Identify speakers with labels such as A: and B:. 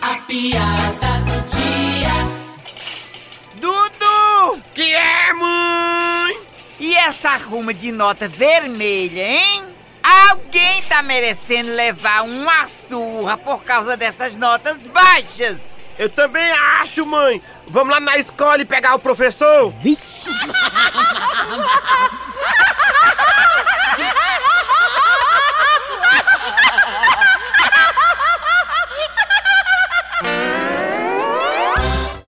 A: A piada do dia.
B: Dudu!
C: Que é, mãe?
B: E essa arruma de nota vermelha, hein? Alguém tá merecendo levar uma surra por causa dessas notas baixas.
C: Eu também acho, mãe. Vamos lá na escola e pegar o professor?